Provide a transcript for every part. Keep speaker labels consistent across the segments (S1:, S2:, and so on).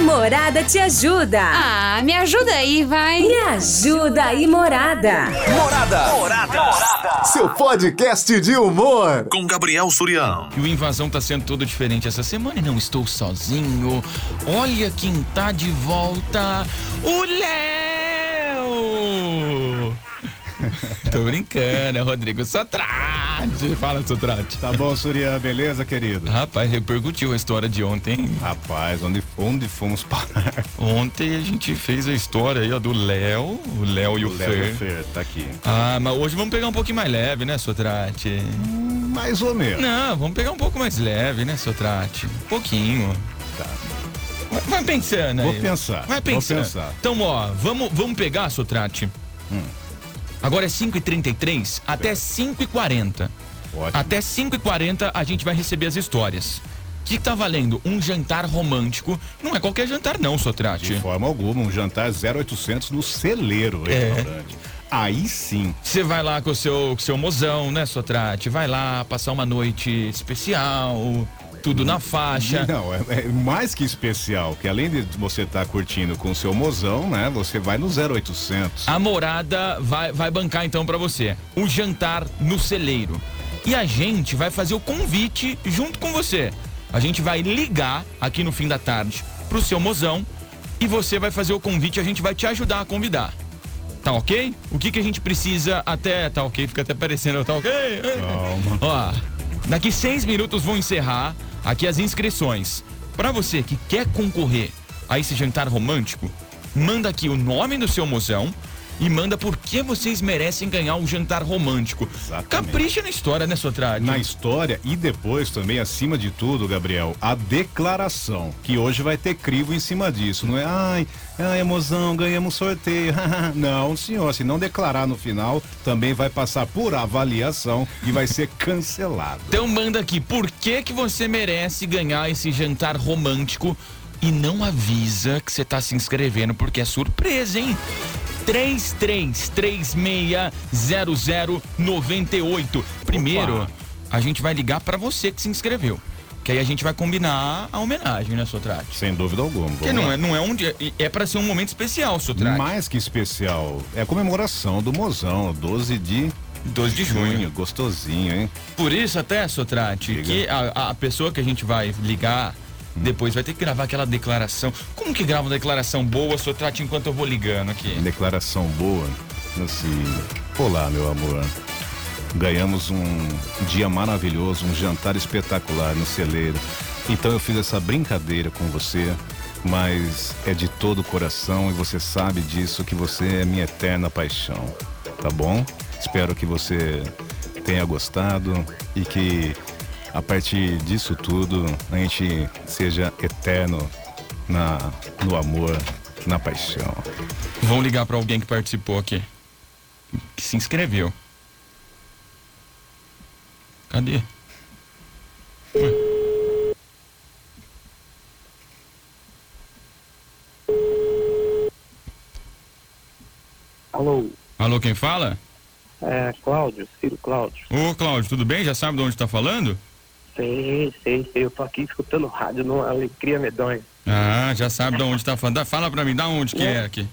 S1: Morada te ajuda.
S2: Ah, me ajuda aí, vai.
S1: Me ajuda aí, Morada.
S3: Morada.
S4: Seu podcast de humor.
S3: Com Gabriel Surião.
S5: E o Invasão tá sendo todo diferente essa semana. E não estou sozinho. Olha quem tá de volta. O Léo! Tô brincando, é Rodrigo Sotrate. Fala, Sotrate.
S6: Tá bom, Surya, beleza, querido?
S5: Rapaz, repercutiu a história de ontem. hein?
S6: Rapaz, onde, onde fomos parar?
S5: Ontem a gente fez a história aí, ó, do Léo. O Léo e o, Fer.
S6: Léo Fer tá aqui.
S5: Ah, mas hoje vamos pegar um pouquinho mais leve, né, Sotrate?
S6: Mais ou menos.
S5: Não, vamos pegar um pouco mais leve, né, Sotrate? Um pouquinho.
S6: Tá.
S5: Vai- Vai pensando aí.
S6: Vou pensar,
S5: é. Vai
S6: vou
S5: pensando.
S6: pensar.
S5: Então, ó, vamos, vamos pegar, Sotrate.
S6: Hum.
S5: Agora é 5h33 até 5h40.
S6: Ótimo.
S5: Até 5h40 a gente vai receber as histórias. O que tá valendo? Um jantar romântico. Não é qualquer jantar, não,
S6: De
S5: Sotrate.
S6: forma alguma, um jantar 0800 no celeiro
S5: É.
S6: restaurante. Aí sim.
S5: Você vai lá com o seu, com o seu mozão, né, Sotrate? Vai lá passar uma noite especial, tudo na faixa.
S6: Não, é, é mais que especial, que além de você estar curtindo com o seu mozão, né? Você vai no 0800.
S5: A morada vai, vai bancar então pra você o jantar no celeiro. E a gente vai fazer o convite junto com você. A gente vai ligar aqui no fim da tarde pro seu mozão e você vai fazer o convite, a gente vai te ajudar a convidar. Tá ok? O que, que a gente precisa até. Tá ok? Fica até parecendo. Tá ok?
S6: Calma.
S5: Ó, daqui seis minutos vou encerrar aqui as inscrições. Pra você que quer concorrer a esse jantar romântico, manda aqui o nome do seu mozão e manda por que vocês merecem ganhar um jantar romântico.
S6: Exatamente.
S5: Capricha na história, né, Sotrate?
S6: Na história e depois também, acima de tudo, Gabriel, a declaração, que hoje vai ter crivo em cima disso. Não é, ai, ai, mozão, ganhamos sorteio. não, senhor, se não declarar no final, também vai passar por avaliação e vai ser cancelado.
S5: Então manda aqui por que, que você merece ganhar esse jantar romântico e não avisa que você tá se inscrevendo porque é surpresa, hein? 33360098. Primeiro,
S6: Opa.
S5: a gente vai ligar pra você que se inscreveu. Que aí a gente vai combinar a homenagem, né, Sotrate?
S6: Sem dúvida alguma.
S5: Porque não é, não é um dia. É pra ser um momento especial, Sotrate.
S6: Mais que especial, é a comemoração do mozão, 12 de
S5: 12 de junho.
S6: Gostosinho, hein?
S5: Por isso até, Sotrate,
S6: Diga.
S5: que a, a pessoa que a gente vai ligar depois vai ter que gravar aquela declaração. Como que grava uma declaração boa, Sotrate, enquanto eu vou ligando aqui?
S6: Declaração boa, assim. Olá, meu amor. Ganhamos um dia maravilhoso, um jantar espetacular no celeiro. Então eu fiz essa brincadeira com você, mas é de todo o coração e você sabe disso que você é minha eterna paixão, tá bom? Espero que você tenha gostado e que a partir disso tudo a gente seja eterno na no amor, na paixão.
S5: Vão ligar pra alguém que participou aqui. Que se inscreveu. Cadê? Ué.
S7: Alô,
S5: Alô, quem fala?
S7: é Cláudio, Ciro Cláudio.
S5: Ô, Cláudio, tudo bem? Já sabe de onde tá falando?
S7: Sei, sei, sei. Eu tô aqui escutando rádio numa alegria medonha.
S5: Ah, já sabe de onde tá falando. Dá- Fala pra mim, da onde que é aqui?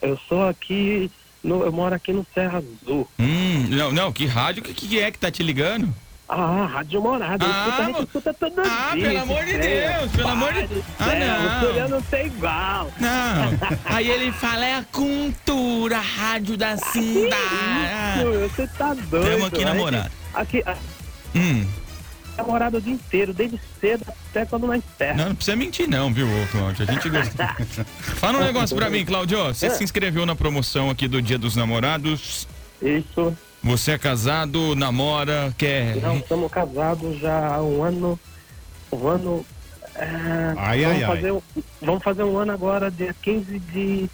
S7: Eu sou aqui, no, eu moro aqui no Serra Azul.
S5: Hum, não, não, que rádio que, que é que tá te ligando?
S7: Ah, Rádio Morada.
S5: Ah,
S7: escuta, a gente
S5: mo-
S7: escuta todo
S5: Ah,
S7: dia.
S5: pelo amor de
S7: esse
S5: Deus, pelo amor de-
S7: Pai do
S5: Ah,
S7: céu,
S5: não.
S7: O Suriano não tem igual.
S5: Não. Aí ele fala, é a cultura, a rádio da cidade.
S7: Isso, Você tá doido.
S5: Tamo aqui na
S7: né?
S5: morada.
S7: Aqui, a
S5: Hum,
S7: namorada o dia inteiro, desde cedo até quando nós terra.
S5: não, não precisa mentir não, viu, ô, Cláudio? A gente gosta. Fala um negócio pra mim, Cláudio.
S7: Ah.
S5: Você se inscreveu na promoção aqui do Dia dos Namorados.
S7: Isso,
S5: Você é casado, namora, quer...
S7: não, estamos casados já há um ano, um ano... é,
S6: Ai,
S7: vamos,
S6: ai, ai.
S7: fazer um, vamos fazer um ano agora, dia 15 de,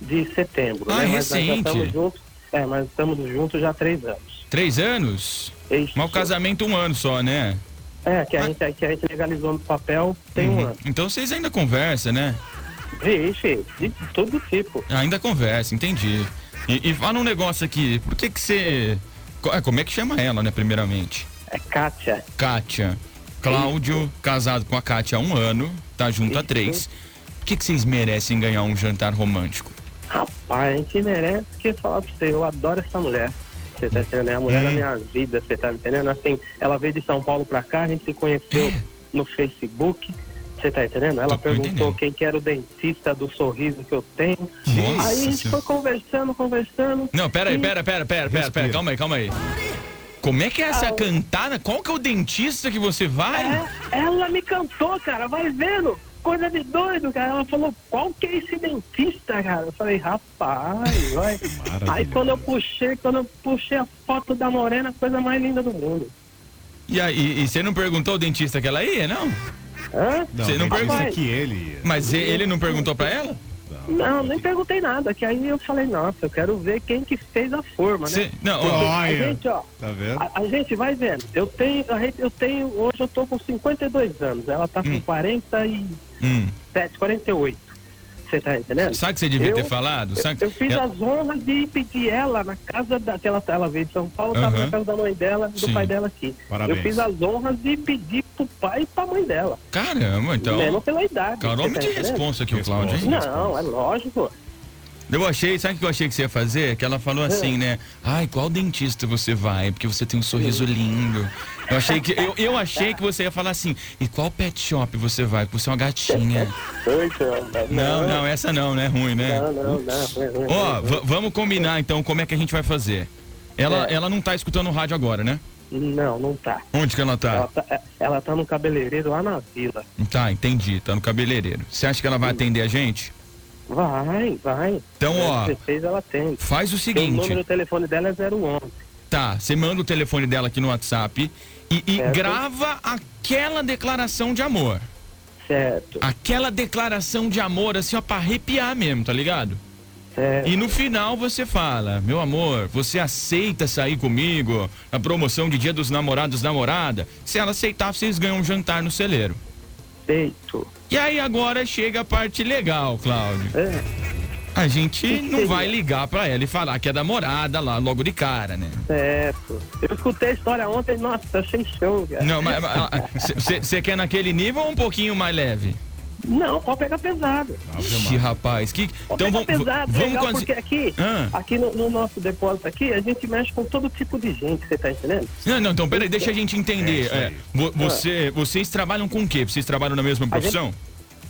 S7: de setembro.
S5: Ah,
S7: né?
S5: é
S7: Mas nós já
S5: recente.
S7: estamos juntos, é, mas estamos juntos já há três anos.
S5: Três anos?
S7: Isso.
S5: Mas o casamento um ano só, né?
S7: É, que a, gente, que a gente legalizou no papel tem um ano.
S5: Então vocês ainda conversam, né?
S7: Vixe, de todo tipo.
S5: Ainda conversa, entendi. E, e fala um negócio aqui, por que que você... co- é, Como é que chama ela, né, primeiramente?
S7: É Kátia.
S5: Kátia. Cláudio, casado com a Kátia há um ano, tá junto há três. O que, que vocês merecem ganhar um jantar romântico?
S7: Rapaz, a gente merece que falar pra você, eu adoro essa mulher. Você tá entendendo? É a mulher da minha vida, você tá entendendo? Assim, ela veio de São Paulo pra cá, a gente se conheceu no Facebook. Você tá entendendo? Ela
S5: É. Tô
S7: perguntou
S5: entendendo.
S7: quem que era o dentista do sorriso que eu tenho.
S5: Nossa
S7: aí a gente
S5: Senhora.
S7: foi conversando, conversando.
S5: Não, pera aí, pera, pera, pera, pera, pera, calma aí, calma aí. Como é que é essa cantada? Qual que é o dentista que você vai?
S7: Ah, É, ela me cantou, cara, vai vendo. Coisa de doido, cara. Ela falou, qual que é esse dentista, cara? Eu falei, rapaz, vai. Aí quando eu puxei, quando eu puxei a foto da Morena, coisa mais linda do mundo.
S5: E aí, e você não perguntou ao dentista que ela ia, não?
S7: Hã?
S5: Você não
S6: mas
S5: pergunta-
S6: é que ele ia.
S5: Mas e- ele não perguntou pra ela?
S7: Não, nem perguntei nada, que aí eu falei, nossa, eu quero ver quem que fez a forma, né?
S5: Você- não, ó,
S7: A
S6: Olha,
S7: gente, Ah, ó,
S6: tá vendo?
S7: a, a gente vai vendo. Eu tenho, a gente- eu tenho, hoje eu tô com 52 anos, ela tá com 47,
S5: hum,
S7: 48. Você tá entendendo?
S5: sabe o que você devia
S7: Eu-
S5: ter falado?
S7: Eu,
S5: Sabe? É,
S7: eu fiz
S5: Ela-
S7: as honras de pedir ela na casa da. que Ela, ela veio de São Paulo, estava
S5: Aham.
S7: na casa da mãe dela, do
S5: Sim.
S7: pai dela aqui.
S6: Parabéns.
S7: Eu fiz as honras de pedir pro pai e pra mãe dela.
S5: Caramba, então.
S7: mesmo pela idade.
S5: Cara,
S7: você
S5: homem
S7: tá
S5: de
S7: entendendo?
S5: responsa aqui, o Cláudio, hein?
S7: Não, é lógico.
S5: Eu achei, sabe o que eu achei que você ia fazer? Que ela
S7: É.
S5: falou assim, né? Ai, qual dentista você vai? Porque você tem um sorriso lindo. Eu achei que, eu, eu achei que você ia falar assim, e qual pet shop você vai? Porque você é uma gatinha. Não, não, essa não, né? Ruim, né?
S7: é, Não, é não, não.
S5: Ó, va- vamos combinar então como é que a gente vai fazer. Ela,
S7: É.
S5: ela não tá escutando o rádio agora, né?
S7: Não, não tá.
S5: Onde que ela
S7: Ela
S5: tá?
S7: tá, ela tá no cabeleireiro lá na vila.
S5: Tá, entendi, tá no cabeleireiro. Você acha que ela vai atender a gente?
S7: Vai, vai. Né,
S5: Então, ó,
S7: 16 ela tem.
S5: faz o
S7: Porque O número
S5: seguinte.
S7: do telefone dela é 011.
S5: Tá, você manda o telefone dela aqui no WhatsApp e, e
S7: Certo.
S5: grava aquela declaração de amor.
S7: Certo,
S5: Aquela declaração de amor, assim, ó, pra arrepiar mesmo, tá ligado?
S7: certo.
S5: E no final você fala, meu amor, você aceita sair comigo na promoção de Dia dos Namorados Namorada? Se ela aceitar, vocês ganham um jantar no celeiro.
S7: Feito.
S5: E aí agora chega a parte legal, Cláudio.
S7: É.
S5: A gente não
S7: seria?
S5: vai ligar pra ela e falar que é da morada lá logo de cara, né?
S7: Certo. Eu escutei a história ontem, nossa, achei show, cara.
S5: Não, mas ah, você quer naquele nível ou um pouquinho mais leve?
S7: Não, pode pegar pesado.
S6: Ah,
S5: Ixi, rapaz, que.
S7: Pode
S5: Então
S7: pegar
S5: vamos.
S7: pesado,
S5: vamos
S7: legal,
S5: com as-
S7: porque aqui,
S5: Ah.
S7: aqui no, no nosso depósito aqui, a gente mexe com todo tipo de gente, você tá entendendo?
S5: Não, não, então peraí, deixa a gente entender.
S6: isso aí.
S5: É,
S7: Ah.
S5: vo- você, vocês trabalham com o quê? Vocês trabalham na mesma profissão?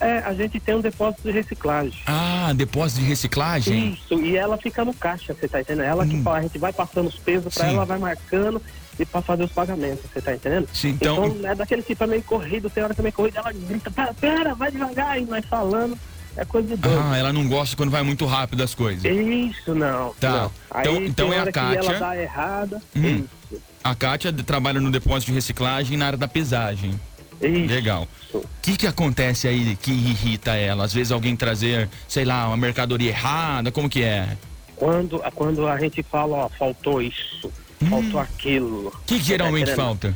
S7: É, a gente tem um depósito de reciclagem.
S5: Ah, depósito de reciclagem?
S7: Isso, e ela fica no caixa, você tá entendendo? Ela que fala, a gente vai passando os pesos pra
S5: Hum. Sim.
S7: ela, vai marcando e pra fazer os pagamentos, você tá entendendo?
S5: Sim, então-
S7: é daquele tipo, é meio corrido, tem hora que é meio corrido, ela grita, pera, pera, vai devagar, e nós falando, é coisa de doido.
S5: Ah, ela não gosta quando vai muito rápido as
S7: É.
S5: coisas.
S7: Isso não.
S5: Tá.
S7: não. Aí
S5: Então-
S7: tem
S5: então é a
S7: hora que
S5: Kátia.
S7: Ela dá errada.
S5: Hum.
S7: Isso.
S5: A Kátia trabalha no depósito de reciclagem na área da pesagem.
S7: Isso.
S5: Legal. O que, que acontece aí que irrita ela? Às vezes alguém trazer, sei lá, uma mercadoria errada, como que é?
S7: Quando, quando a gente fala, ó, faltou isso, faltou aquilo.
S5: O
S7: tá
S5: Hum. que, que geralmente falta?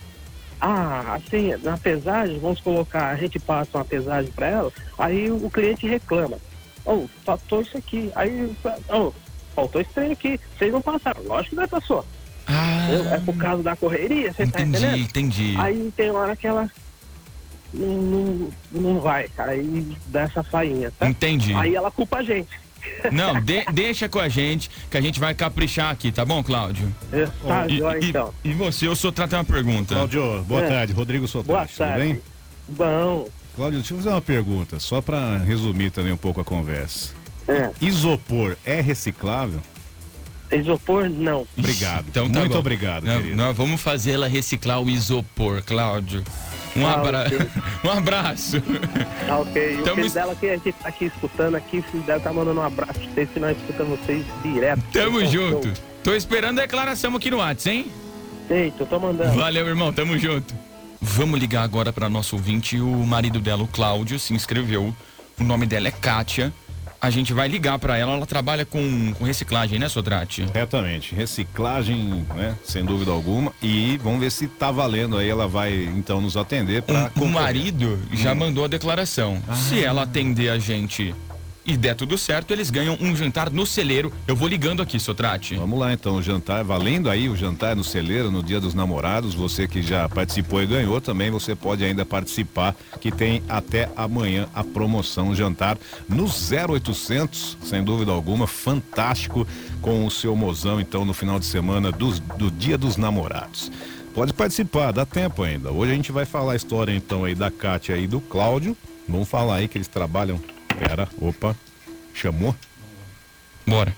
S7: Ah, assim, na pesagem, vamos colocar, a gente passa uma pesagem pra ela, aí o cliente reclama. Ô, faltou isso aqui. Aí, ô, faltou esse trem aqui. Vocês não passaram. Lógico que não passou.
S5: Ah,
S7: Eu- É por causa da correria, você tá
S5: entendi,
S7: entendendo?
S5: entendi.
S7: Aí tem hora que ela não, não, não vai, cara, aí dá essa fainha, tá?
S5: Entendi.
S7: Aí né? ela culpa a gente.
S5: Não, de- deixa com a gente, que a gente vai caprichar aqui, tá bom, Cláudio?
S7: É, Tá,
S5: E,
S7: joia,
S5: e-
S7: então.
S5: e você, eu só tratar uma pergunta.
S6: Cláudio, boa
S7: É.
S6: tarde. Rodrigo Soares,
S5: Tá
S7: Boa
S6: tudo
S7: tarde.
S6: bem?
S7: Bom,
S6: Cláudio, deixa eu fazer uma pergunta, só pra resumir também um pouco a conversa.
S7: é,
S6: Isopor é reciclável?
S7: isopor não.
S6: Obrigado.
S5: Então tá
S6: Muito
S5: bom.
S6: obrigado,
S5: Nós-
S6: querido.
S5: Nós vamos fazer ela reciclar o isopor, Cláudio. Um,
S7: Ah,
S5: abra...
S7: ok.
S5: um abraço.
S7: Tá ok.
S5: Tamo
S7: o filho
S5: es-
S7: dela que a gente tá aqui escutando aqui, o filho dela tá mandando um abraço pra vocês, que nós escutamos vocês direto.
S5: Tamo
S7: Então,
S5: junto. Tô esperando a declaração aqui no WhatsApp, hein?
S7: tô- Feito, eu tô mandando.
S5: Valeu, irmão. Tamo junto. Vamos ligar agora pra nosso ouvinte. O marido dela, o Cláudio, se inscreveu. O nome dela é Kátia. A gente vai ligar pra ela. Ela trabalha com, com reciclagem, né, Sodrati?
S6: Corretamente. Reciclagem, né? Sem dúvida alguma. E vamos ver se tá valendo aí. Ela vai então nos
S5: Um,
S6: atender para
S5: O marido já mandou a declaração. Se ela atender a gente e der tudo certo, eles ganham um jantar no celeiro. Eu vou ligando aqui, Sotrate.
S6: Vamos lá então, o jantar, valendo aí o jantar no celeiro no Dia dos Namorados, você que já participou e ganhou também, você pode ainda participar, que tem até amanhã a promoção jantar no 0800, sem dúvida alguma, fantástico com o seu mozão então no final de semana dos- do Dia dos Namorados. Pode participar, dá tempo ainda. Hoje a gente vai falar a história então aí da Kátia e do Cláudio. Vamos falar aí que eles trabalham. Pera, opa, chamou?
S5: Bora.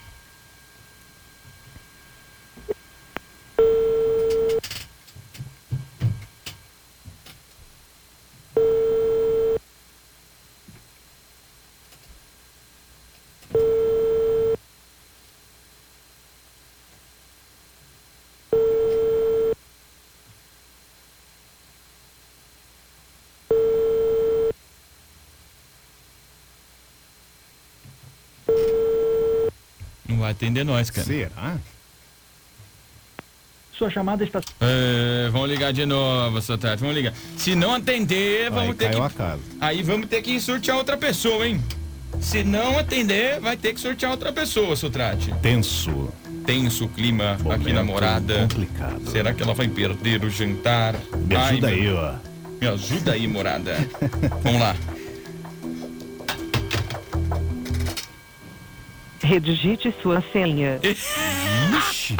S5: Não vai atender nós, cara.
S6: Será?
S7: Sua chamada está.
S5: É, vamos ligar de novo, Sotrate. Vamos ligar. Se não atender, vamos
S6: Aí
S5: ter
S6: caiu
S5: que
S6: a casa.
S5: Aí vamos ter que sortear outra pessoa, hein? Se não atender, vai ter que sortear outra pessoa, Sotrate.
S6: Tenso.
S5: Tenso o clima aqui
S6: Momento
S5: na morada.
S6: Complicado.
S5: Será que ela vai perder o jantar?
S6: Me
S5: Ai,
S6: ajuda
S5: meu-
S6: aí, ó.
S5: Me ajuda aí, morada. vamos lá.
S8: Redigite sua senha.
S6: Ixi.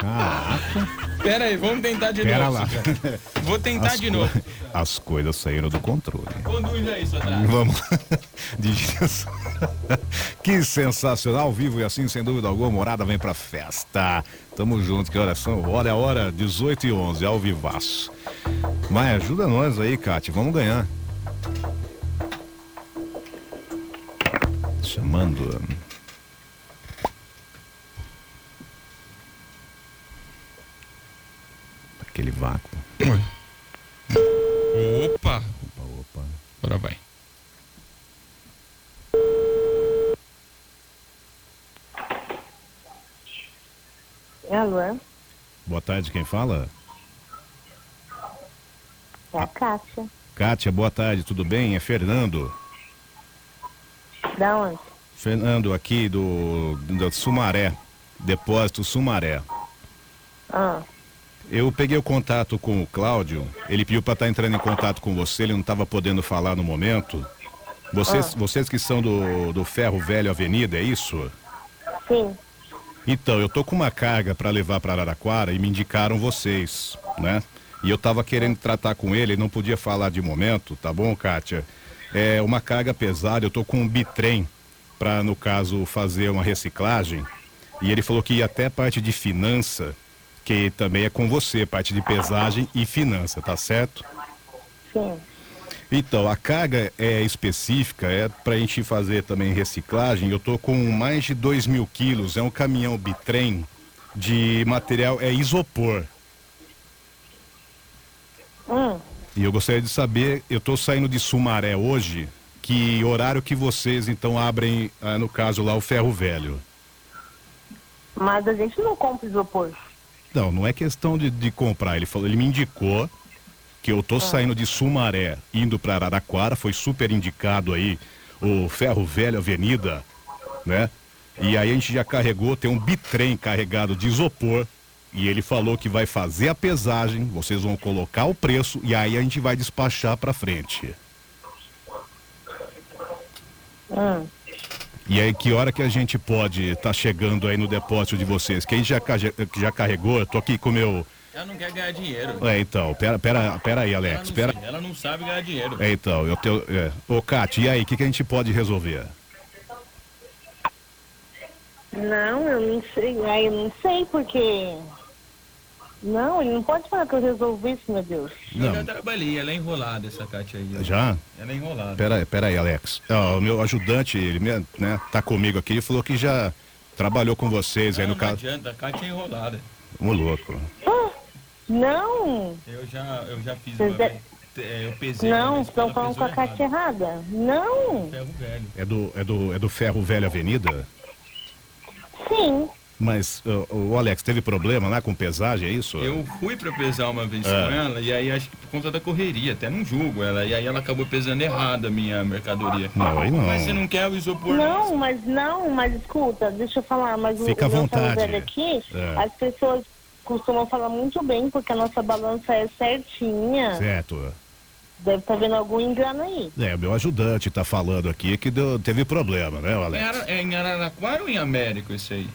S6: Caraca,
S5: Pera aí, vamos tentar de
S6: pera
S5: novo.
S6: lá.
S5: Sotrate. Vou tentar
S6: As
S5: de
S6: co-
S5: novo.
S6: As coisas saíram do controle.
S5: Conduz aí, Sotrate.
S6: Vamos. Digita só. Que sensacional, ao vivo e assim, sem dúvida alguma, morada vem pra festa. Tamo junto, que horas são? Hora é hora, 18 e 11, ao vivaço. Mas ajuda nós aí, Cátia, vamos ganhar. Chamando. Aquele vácuo.
S5: Opa,
S6: Opa,
S5: agora vai.
S9: Alô,
S6: Boa tarde, quem fala?
S9: é a Cássia.
S6: Kátia, boa tarde, tudo bem? É Fernando.
S9: Da onde?
S6: Fernando, aqui do, do Sumaré, depósito Sumaré.
S9: Ah,
S6: Eu peguei o contato com o Cláudio, ele pediu para estar entrando em contato com você, ele não estava podendo falar no momento. Vocês,
S9: Ah.
S6: vocês que são do, do Ferro Velho Avenida, é isso?
S9: sim.
S6: Então, eu tô com uma carga para levar para Araraquara e me indicaram vocês, né? E eu tava querendo tratar com ele, ele não podia falar de momento, tá bom, Kátia? É uma carga pesada, eu tô com um bitrem para no caso fazer uma reciclagem. E ele falou que ia até parte de finança, que também é com você, parte de pesagem e finança, tá certo?
S9: Sim.
S6: Então, a carga é específica, é para a gente fazer também reciclagem. Eu tô com mais de 2 mil quilos, é um caminhão bitrem de material, é isopor.
S9: Hum,
S6: E eu gostaria de saber, eu tô saindo de Sumaré hoje, que horário que vocês então abrem, ah, no caso lá, o ferro velho?
S9: mas a gente não compra isopor.
S6: Não, não é questão de, de comprar. Ele falou, ele me indicou que eu tô saindo de Sumaré, indo para Araraquara, foi super indicado aí o Ferro Velho Avenida, né? E aí a gente já carregou, tem um bitrem carregado de isopor. E ele falou que vai fazer a pesagem, vocês vão colocar o preço e aí a gente vai despachar para frente. E aí, que hora que a gente pode estar chegando aí no depósito de vocês? Quem já, carge- já carregou, eu tô aqui com o meu.
S5: Ela não quer ganhar dinheiro.
S6: É, então, pera, pera, pera aí,
S5: Ela
S6: Alex,
S5: não,
S6: pera.
S5: ela não sabe ganhar dinheiro.
S6: É, então, eu tenho. É. Ô, Kátia, e aí, o que, que a gente pode resolver?
S9: Não, eu não sei. Aí eu não sei porque. Não, ele não pode falar que eu resolvi isso, meu Deus.
S5: Eu já
S6: Não,
S5: trabalhei, ela é enrolada, essa Kátia aí. ó.
S6: já?
S5: Ela é enrolada.
S6: Pera, aí, pera aí, Alex. Ah, o meu ajudante, ele me- né, tá comigo aqui, ele falou que já trabalhou com vocês aí
S5: não,
S6: no
S5: não
S6: caso.
S5: adianta, a Kátia é enrolada.
S6: Ô, louco.
S9: Ah, não,
S5: Eu já, eu já fiz
S9: Vocês
S5: uma
S9: é-
S5: vez. Te- é, Eu pesei.
S9: não,
S5: uma vez
S9: estão
S5: pela
S9: falando com a
S5: pessoa
S9: caixa
S5: errada.
S9: errada. Não,
S5: Ferro velho.
S6: É do, é do, é do Ferro Velho Avenida?
S9: sim.
S6: Mas ó, o Alex teve problema lá com pesagem, é isso?
S5: Eu fui pra pesar uma
S6: É.
S5: vez com ela, e aí acho que por conta da correria, até não julgo ela, e aí ela acabou pesando errado a minha mercadoria.
S6: Não, aí não.
S5: Mas você não quer o isopor?
S9: Não, mas não, mas escuta, deixa eu falar, mas o-
S6: Fica à
S9: o meu
S6: vontade.
S9: São José aqui,
S6: É.
S9: as pessoas costumam falar muito bem, porque a nossa balança é certinha.
S6: Certo.
S9: Deve estar vendo algum engano aí.
S6: É, meu ajudante tá falando aqui que deu- teve problema, né,
S5: Em
S6: Alex?
S5: Ara- É em Araraquara ou em Américo isso aí?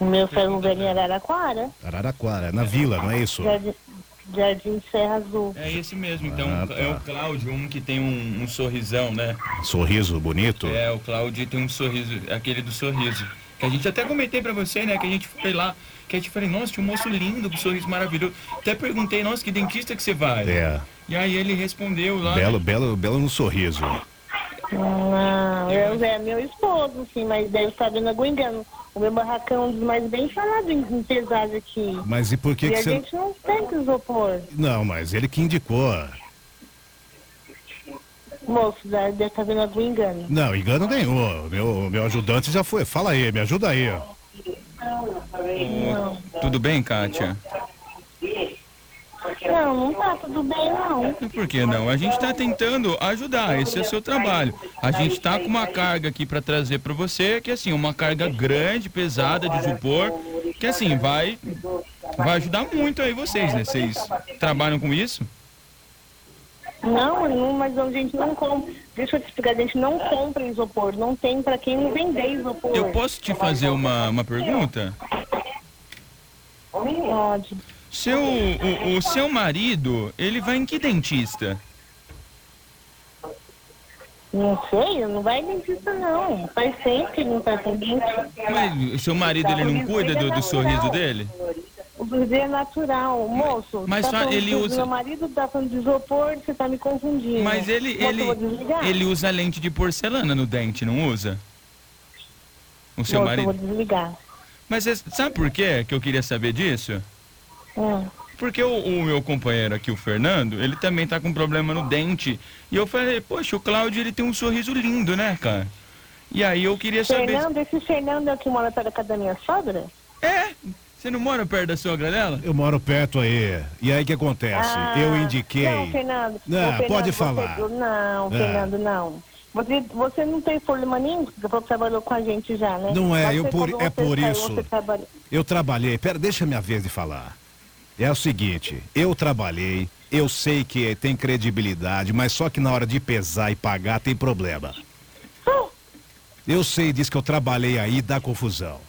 S9: O meu ferro
S6: tá
S9: velho em Araraquara,
S6: Araraquara, na vila, não é isso?
S9: Jardim, Jardim Serra Azul.
S5: É esse mesmo, então
S6: Ah, tá.
S5: é o Cláudio, um que tem um, um sorrisão, né?
S6: Sorriso bonito.
S5: É, o Cláudio tem um sorriso, aquele do sorriso. Que a gente até comentei pra você, né? Que a gente foi lá, que a gente falei, nossa, tinha um moço lindo, com um sorriso maravilhoso. Até perguntei, nossa, que dentista que você vai?
S6: É,
S5: E aí ele respondeu lá.
S6: belo, belo, belo no sorriso.
S9: Não, eu, é meu esposo, sim, mas deve estar vendo algum engano. O meu barracão é um dos mais bem falados em em pesagem aqui.
S6: Mas e por que
S9: e
S6: que
S9: a
S6: você...
S9: gente não tem que isopor.
S6: Não, mas ele que indicou.
S9: Moço, deve deve estar vendo algum engano.
S6: Não, engano nenhum. Meu, meu ajudante já foi. Fala aí, me ajuda aí.
S5: Ô, tipo, Tudo bem, Kátia?
S9: Não, não tá tudo bem, não.
S5: E Por que não? A gente está tentando ajudar, esse é o seu trabalho. A gente está com uma carga aqui para trazer para você, que assim, uma carga grande, pesada de isopor, que assim, vai, vai ajudar muito aí vocês, né? Vocês trabalham com isso?
S9: Não, não, mas a gente não compra. Deixa eu te explicar, a gente não compra isopor. Não tem pra quem vender isopor.
S5: Eu posso te fazer uma, uma pergunta?
S9: Pode.
S5: Seu, o, o seu marido, ele vai em que dentista?
S9: Não sei, não vai dentista, não. Faz tempo que não tá com dentista.
S5: Mas o seu marido, ele não cuida do, do sorriso dele?
S9: O bebê é natural, moço.
S5: mas
S9: tá
S5: só
S9: falando
S5: ele
S9: que o
S5: usa-
S9: Meu marido tá falando de isopor, você tá me confundindo.
S5: Mas ele,
S9: Moço, eu
S5: ele,
S9: vou desligar.
S5: ele usa lente de porcelana no dente, não usa? O seu
S9: Moço, Eu
S5: marido.
S9: vou desligar.
S5: Mas é- sabe por quê que eu queria saber disso?
S9: Hum.
S5: Porque o, o meu companheiro aqui, o Fernando, ele também tá com problema no dente. E eu falei, poxa, o Cláudio ele tem um sorriso lindo, né, cara? E aí eu queria saber.
S9: Fernando, esse Fernando é o que mora perto da casa da minha sogra?
S5: É? Você não mora perto da sogra dela?
S6: Eu moro perto aí. E aí o que acontece?
S9: Ah,
S6: eu indiquei.
S9: Não, Fernando. Ô,
S6: Não,
S9: Fernando,
S6: pode
S9: você-
S6: falar.
S9: não,
S6: Ah.
S9: Fernando, não. Você, você não tem problema nenhum, porque você trabalhou com a gente já, né?
S6: Não é,
S9: Mas
S6: eu
S9: você,
S6: por-
S9: quando
S6: é
S9: você
S6: por
S9: saiu,
S6: isso.
S9: você trabalha-
S6: Eu trabalhei, pera, deixa minha vez de falar. É o seguinte, eu trabalhei, eu sei que tem credibilidade, mas só que na hora de pesar e pagar tem problema. Eu sei disso que eu trabalhei aí dá confusão.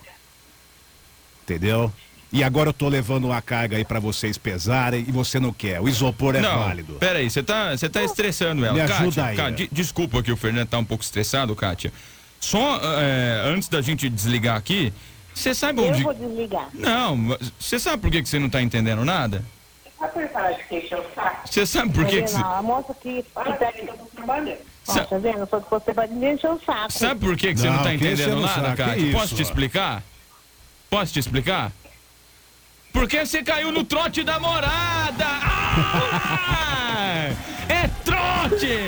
S6: Entendeu? E agora eu tô levando uma carga aí pra vocês pesarem e você não quer. O isopor é
S5: não,
S6: válido.
S5: peraí, você tá, você tá estressando ela.
S6: Me
S5: Kátia,
S6: ajuda aí,
S5: Ká-
S6: né?
S5: de- desculpa que o Fernando tá um pouco estressado, Kátia. Só é, antes da gente desligar aqui, você sabe
S9: Eu
S5: onde.
S9: vou desligar.
S5: Não, mas você sabe por que, que você não tá entendendo nada?
S9: é um
S5: Você sabe por
S9: Tá
S5: que, que
S9: vendo?
S5: você.
S9: A moça que, que tá aqui. Ó,
S5: Sa-
S9: tá vendo? Só que você vai me encher o saco.
S5: Sabe por que, que você não
S6: Não,
S5: tá
S6: que você
S5: entendendo
S6: não
S5: nada,
S6: sabe, que
S5: Kátia?
S6: isso,
S5: Posso te
S6: ó.
S5: explicar? Posso te explicar? Porque você caiu no trote da morada! Ah! É trote!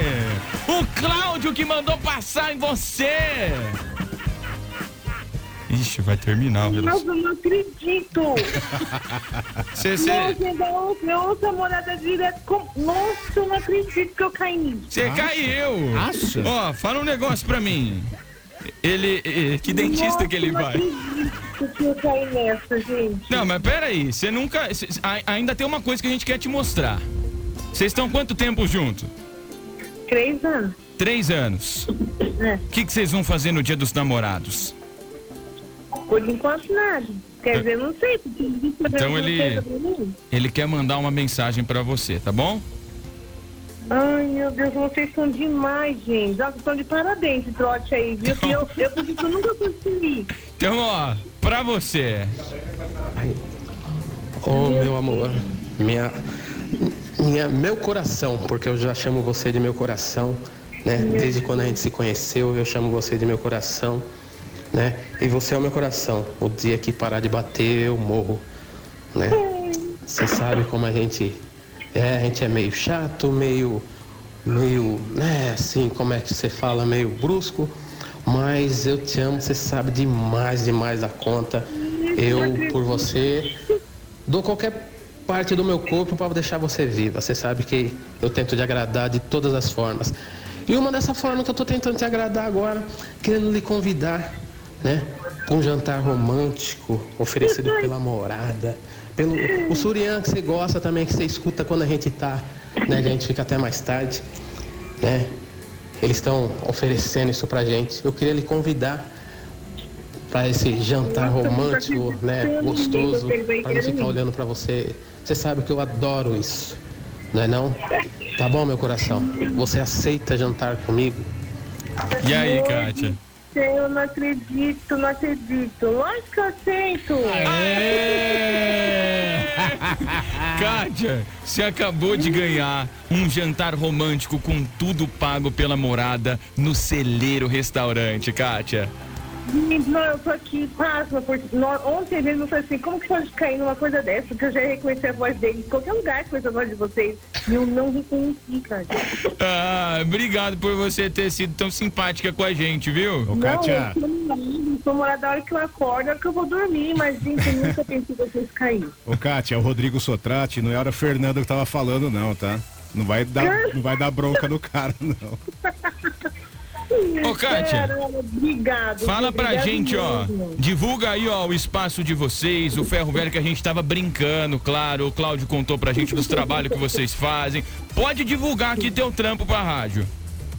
S5: O Cláudio que mandou passar em você! Ixi, vai terminar o
S9: Nossa, eu não acredito.
S5: Você
S9: Nossa, ainda ouço, eu ouço a morada direto com... Nossa, eu não acredito que eu caí nisso.
S5: caiu!
S6: Acha?
S5: Ó, fala um negócio pra mim. Ele. eh, Que dentista
S9: Nossa,
S5: que ele
S9: eu não
S5: vai?
S9: acredito que eu caí nessa, gente.
S5: Não, mas peraí, você nunca. cê- a- ainda tem uma coisa que a gente quer te mostrar. Vocês estão quanto tempo junto?
S9: Três anos.
S5: Três anos.
S9: É.
S5: O que que vocês vão fazer no dia dos namorados?
S9: Por enquanto, nada. Quer dizer, eu não sei. Porque ninguém tá
S5: Então
S9: dando
S5: ele-
S9: certeza pra mim.
S5: Ele quer mandar uma mensagem pra você, tá bom?
S9: Ai, meu Deus, vocês são demais, gente. Nossa, estão de parabéns esse trote aí, viu? Que eu, eu, por isso eu nunca consegui.
S5: Então, ó, pra você.
S7: Oh, meu amor, minha, minha, meu coração, porque eu já chamo você de meu coração, né? Desde quando a gente se conheceu, eu chamo você de meu coração, né? E você é o meu coração. O dia que parar de bater, eu morro, né? Você sabe como a gente é, a gente é meio chato, meio, meio, né? Assim, como é que você fala, meio brusco. Mas eu te amo, você sabe demais, demais da conta. Eu, por você, dou qualquer parte do meu corpo para deixar você viva. Você sabe que eu tento te agradar de todas as formas. E uma dessa forma que eu tô tentando te agradar agora, querendo lhe convidar, né? Pra um jantar romântico oferecido pela morada, pelo o surian que você gosta também, que você escuta quando a gente tá, né? Que a gente fica até mais tarde, né? Eles estão oferecendo isso pra gente. Eu queria lhe convidar para esse jantar romântico, né, gostoso, para não ficar olhando para você. Você sabe que eu adoro isso, não é não? Tá bom, meu coração? Você aceita jantar comigo?
S5: E aí, Kátia?
S9: Eu não acredito, não acredito. Lógico que eu aceito.
S5: Kátia, você acabou de ganhar um jantar romântico com tudo pago pela morada no Celeiro Restaurante, Kátia.
S9: Gente, Não, eu tô aqui pasma, porque no- ontem mesmo eu falei assim, como que pode cair numa coisa dessa? Porque eu já reconheci a voz dele em qualquer lugar que eu a voz de vocês. E eu não reconheci, cara.
S5: Ah, obrigado por você ter sido tão simpática com a gente, viu?
S6: Ô, Kátia,
S9: Não, Então, eu sou morada, sou morada a hora que eu acordo, a hora que eu vou dormir, mas gente, eu nunca pensei que vocês caíram.
S6: ô, Kátia, é o Rodrigo Sotrate não era o Fernando que tava falando, não, tá? Não vai dar, não vai dar bronca no cara, não.
S5: Ô, Kátia.
S9: Caramba, obrigado.
S5: Fala pra
S9: obrigado
S5: gente, ó.
S9: mesmo.
S5: Divulga aí, ó, o espaço de vocês, o ferro velho que a gente tava brincando, claro. O Cláudio contou pra gente dos trabalhos que vocês fazem. Pode divulgar aqui teu trampo pra rádio.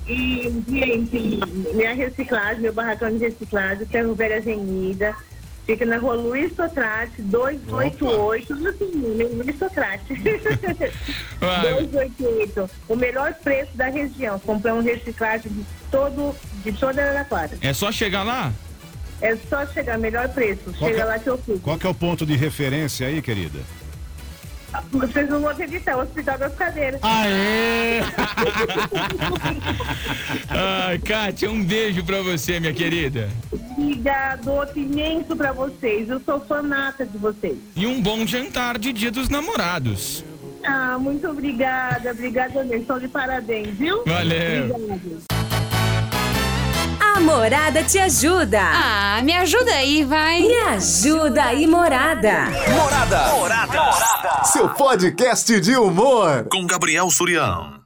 S9: E, um gente, minha reciclagem, meu barracão de reciclagem, Ferro Velho Avenida, fica na rua Luiz Sotrate, 288, assim, Luiz Sotrate.
S5: Vai.
S9: 288, o melhor preço da região, compramos reciclagem de, todo, de toda a Araraquara.
S5: É só chegar lá?
S9: É só chegar, melhor preço,
S6: Qual que
S9: chega
S6: é-
S9: lá que eu fico.
S6: Qual que é o ponto de referência aí, querida?
S9: Vocês não vão acreditar, o Hospital das Cadeiras.
S6: Ah. Aê!
S5: Ai, Kátia, um beijo pra você, minha querida.
S9: Obrigado, outro imenso pra vocês, eu sou fanata de vocês.
S5: E um bom jantar de Dia dos Namorados.
S9: Ah, muito obrigada, obrigada mesmo. Estou de parabéns, viu?
S5: Valeu.
S9: Obrigada.
S1: A Morada te ajuda.
S2: Ah, me ajuda aí, vai.
S1: Me ajuda aí, Morada.
S3: Morada. Morada.
S10: Seu podcast de humor.
S3: Com Gabriel Surião.